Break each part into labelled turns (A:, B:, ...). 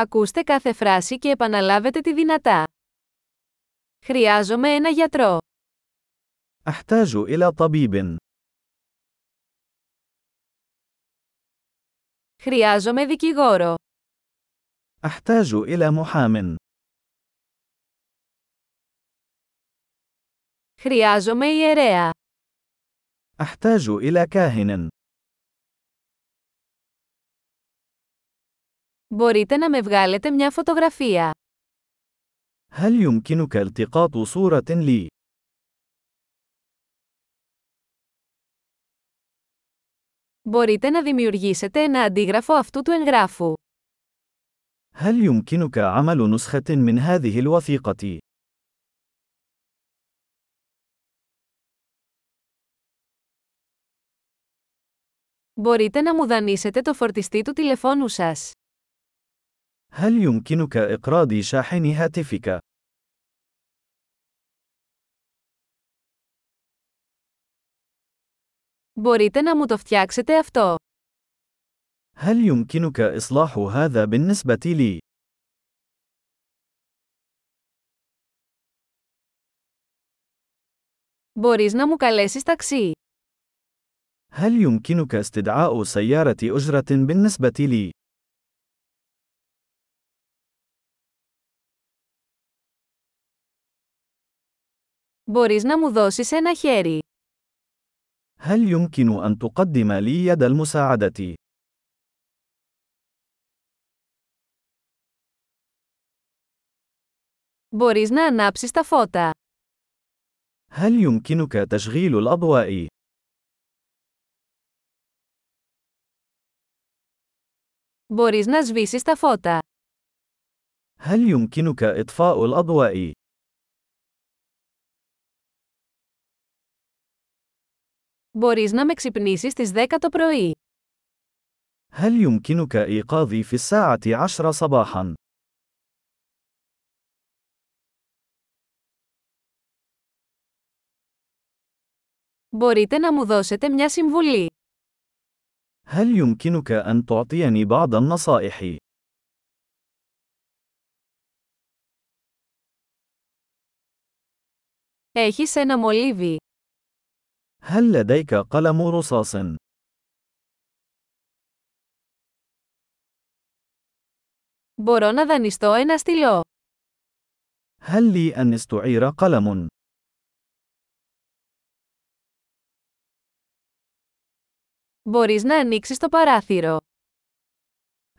A: Ακούστε κάθε φράση και επαναλάβετε τη δυνατά. Χρειάζομαι ένα γιατρό.
B: أحتاج إلى طبيب.
A: Χρειάζομαι δικηγόρο.
B: أحتاج إلى محام.
A: Χρειάζομαι ιερέα.
B: أحتاج إلى كاهن.
A: Μπορείτε να με βγάλετε μια φωτογραφία.
B: هل يمكنك التقاط صورة لي؟
A: Μπορείτε να δημιουργήσετε ένα αντίγραφο αυτού του εγγράφου.
B: هل يمكنك عمل نسخة من هذه الوثيقة؟
A: Μπορείτε να μου δανείσετε το φορτιστή του τηλεφώνου σας.
B: هل يمكنك إقراض شاحن هاتفك؟
A: Μπορείτε να μου το φτιάξετε αυτό.
B: هل يمكنك إصلاح هذا بالنسبة لي؟
A: Μπορείς να μου καλέσεις ταξί.
B: هل يمكنك استدعاء سيارة أجرة بالنسبة لي؟
A: Μπορείς να μου δώσεις ένα χέρι.
B: هل يمكن أن تقدم لي يد المساعدة؟
A: Μπορείς να ανάψεις τα φώτα.
B: هل يمكنك تشغيل الأضواء؟
A: Μπορείς να σβήσεις τα φώτα.
B: هل يمكنك إطفاء الأضواء؟
A: Μπορείς να με ξυπνήσεις στις 10 το πρωί.
B: هل يمكنك إيقاظي في الساعة عشر صباحا؟
A: Μπορείτε να μου δώσετε μια συμβουλή.
B: هل يمكنك أن تعطيني بعض النصائح؟
A: Έχεις ένα μολύβι.
B: هل لديك قلم رصاص؟
A: Μπορώ να δανειστώ ένα στυλό.
B: هل لي أن استعير قلم؟
A: Μπορείς να ανοίξεις το παράθυρο.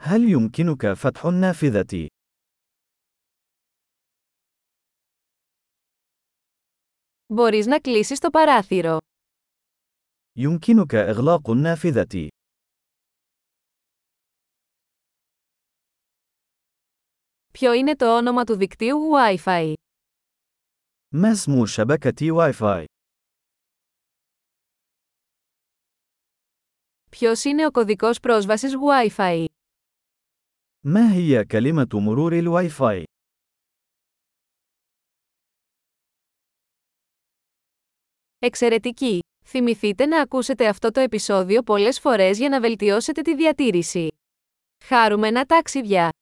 B: هل يمكنك فتح النافذة؟
A: Μπορείς να κλείσεις το παράθυρο.
B: يمكنك إغلاق النافذة.
A: Ποιο είναι το όνομα του δικτύου Wi-Fi.
B: ما اسم شبكة واي فاي؟
A: Ποιος είναι ο κωδικός πρόσβασης Wi-Fi.
B: ما هي كلمة مرور الواي فاي؟
A: Εξαιρετική! Θυμηθείτε να ακούσετε αυτό το επεισόδιο πολλές φορές για να βελτιώσετε τη διατήρηση. Χάρουμενα ταξίδια!